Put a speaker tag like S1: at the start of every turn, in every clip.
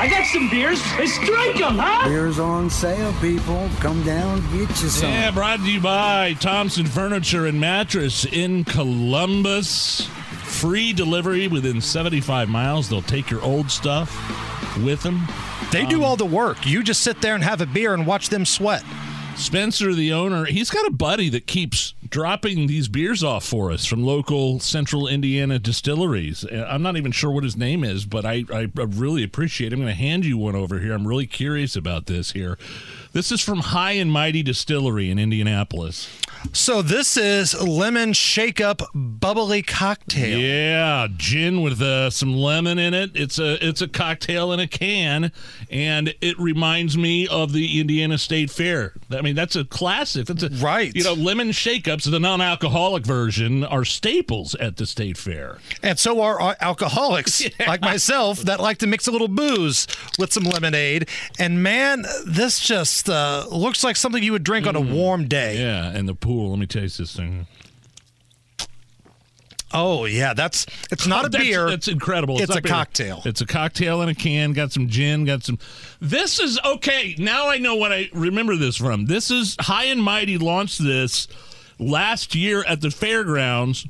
S1: I got some beers. Hey, strike 'em, huh?
S2: Beer's on sale, people. Come down, get you some.
S3: Yeah, brought to you by Thompson Furniture and Mattress in Columbus. Free delivery within 75 miles. They'll take your old stuff with them.
S4: They
S3: Um,
S4: do all the work. You just sit there and have a beer and watch them sweat.
S3: Spencer, the owner, he's got a buddy that keeps dropping these beers off for us from local central Indiana distilleries. Uh, I'm not even sure what his name is, but I, I, I really appreciate it. I'm going to hand you one over here. I'm really curious about this here. This is from High and Mighty Distillery in Indianapolis.
S4: So this is lemon shake up bubbly cocktail.
S3: Yeah, gin with uh, some lemon in it. It's a it's a cocktail in a can, and it reminds me of the Indiana State Fair. I mean, that's a classic. That's a
S4: Right.
S3: You know, lemon shakeups, the non-alcoholic version, are staples at the state fair.
S4: And so are our alcoholics like myself that like to mix a little booze with some lemonade. And man, this just uh, looks like something you would drink on a warm day.
S3: Mm. Yeah, and the pool. Let me taste this thing.
S4: Oh yeah, that's it's not a
S3: That's-
S4: beer.
S3: That's incredible.
S4: It's
S3: not
S4: a cocktail.
S3: It's a cocktail in a can. Got some gin. Got some. This is okay. Now I know what I remember this from. This is High and Mighty launched this last year at the fairgrounds.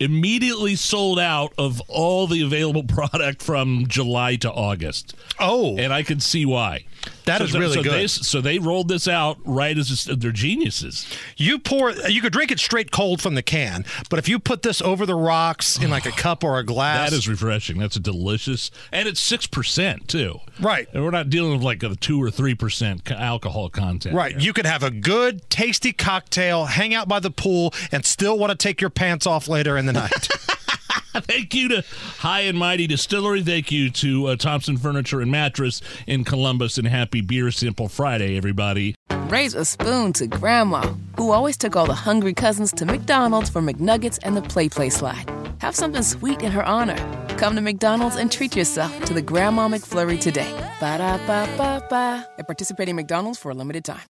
S3: Immediately sold out of all the available product from July to August,
S4: oh,
S3: and I could see why.
S4: That
S3: That is
S4: is really
S3: so
S4: good.
S3: They, so they rolled this out right as they're geniuses.
S4: You pour. You could drink it straight cold from the can, but if you put this over the rocks in like a cup or a glass,
S3: That is refreshing. That's a delicious, and it's six percent too.
S4: Right.
S3: and we're not dealing with like a two or three percent co- alcohol content.
S4: right.
S3: here.
S4: You could have a good, tasty cocktail, hang out by the pool, and still want to take your pants off later in the night.
S3: Thank you to High and Mighty Distillery. Thank you to uh, Thompson Furniture and Mattress in Columbus, and Happy Beer Simple Friday, everybody.
S5: Raise a spoon to Grandma, who always took all the hungry cousins to McDonald's for McNuggets and the Play Play slide. Have something sweet in her honor. Come to McDonald's and treat yourself to the Grandma McFlurry today. Ba da ba ba ba. At participating McDonald's for a limited time.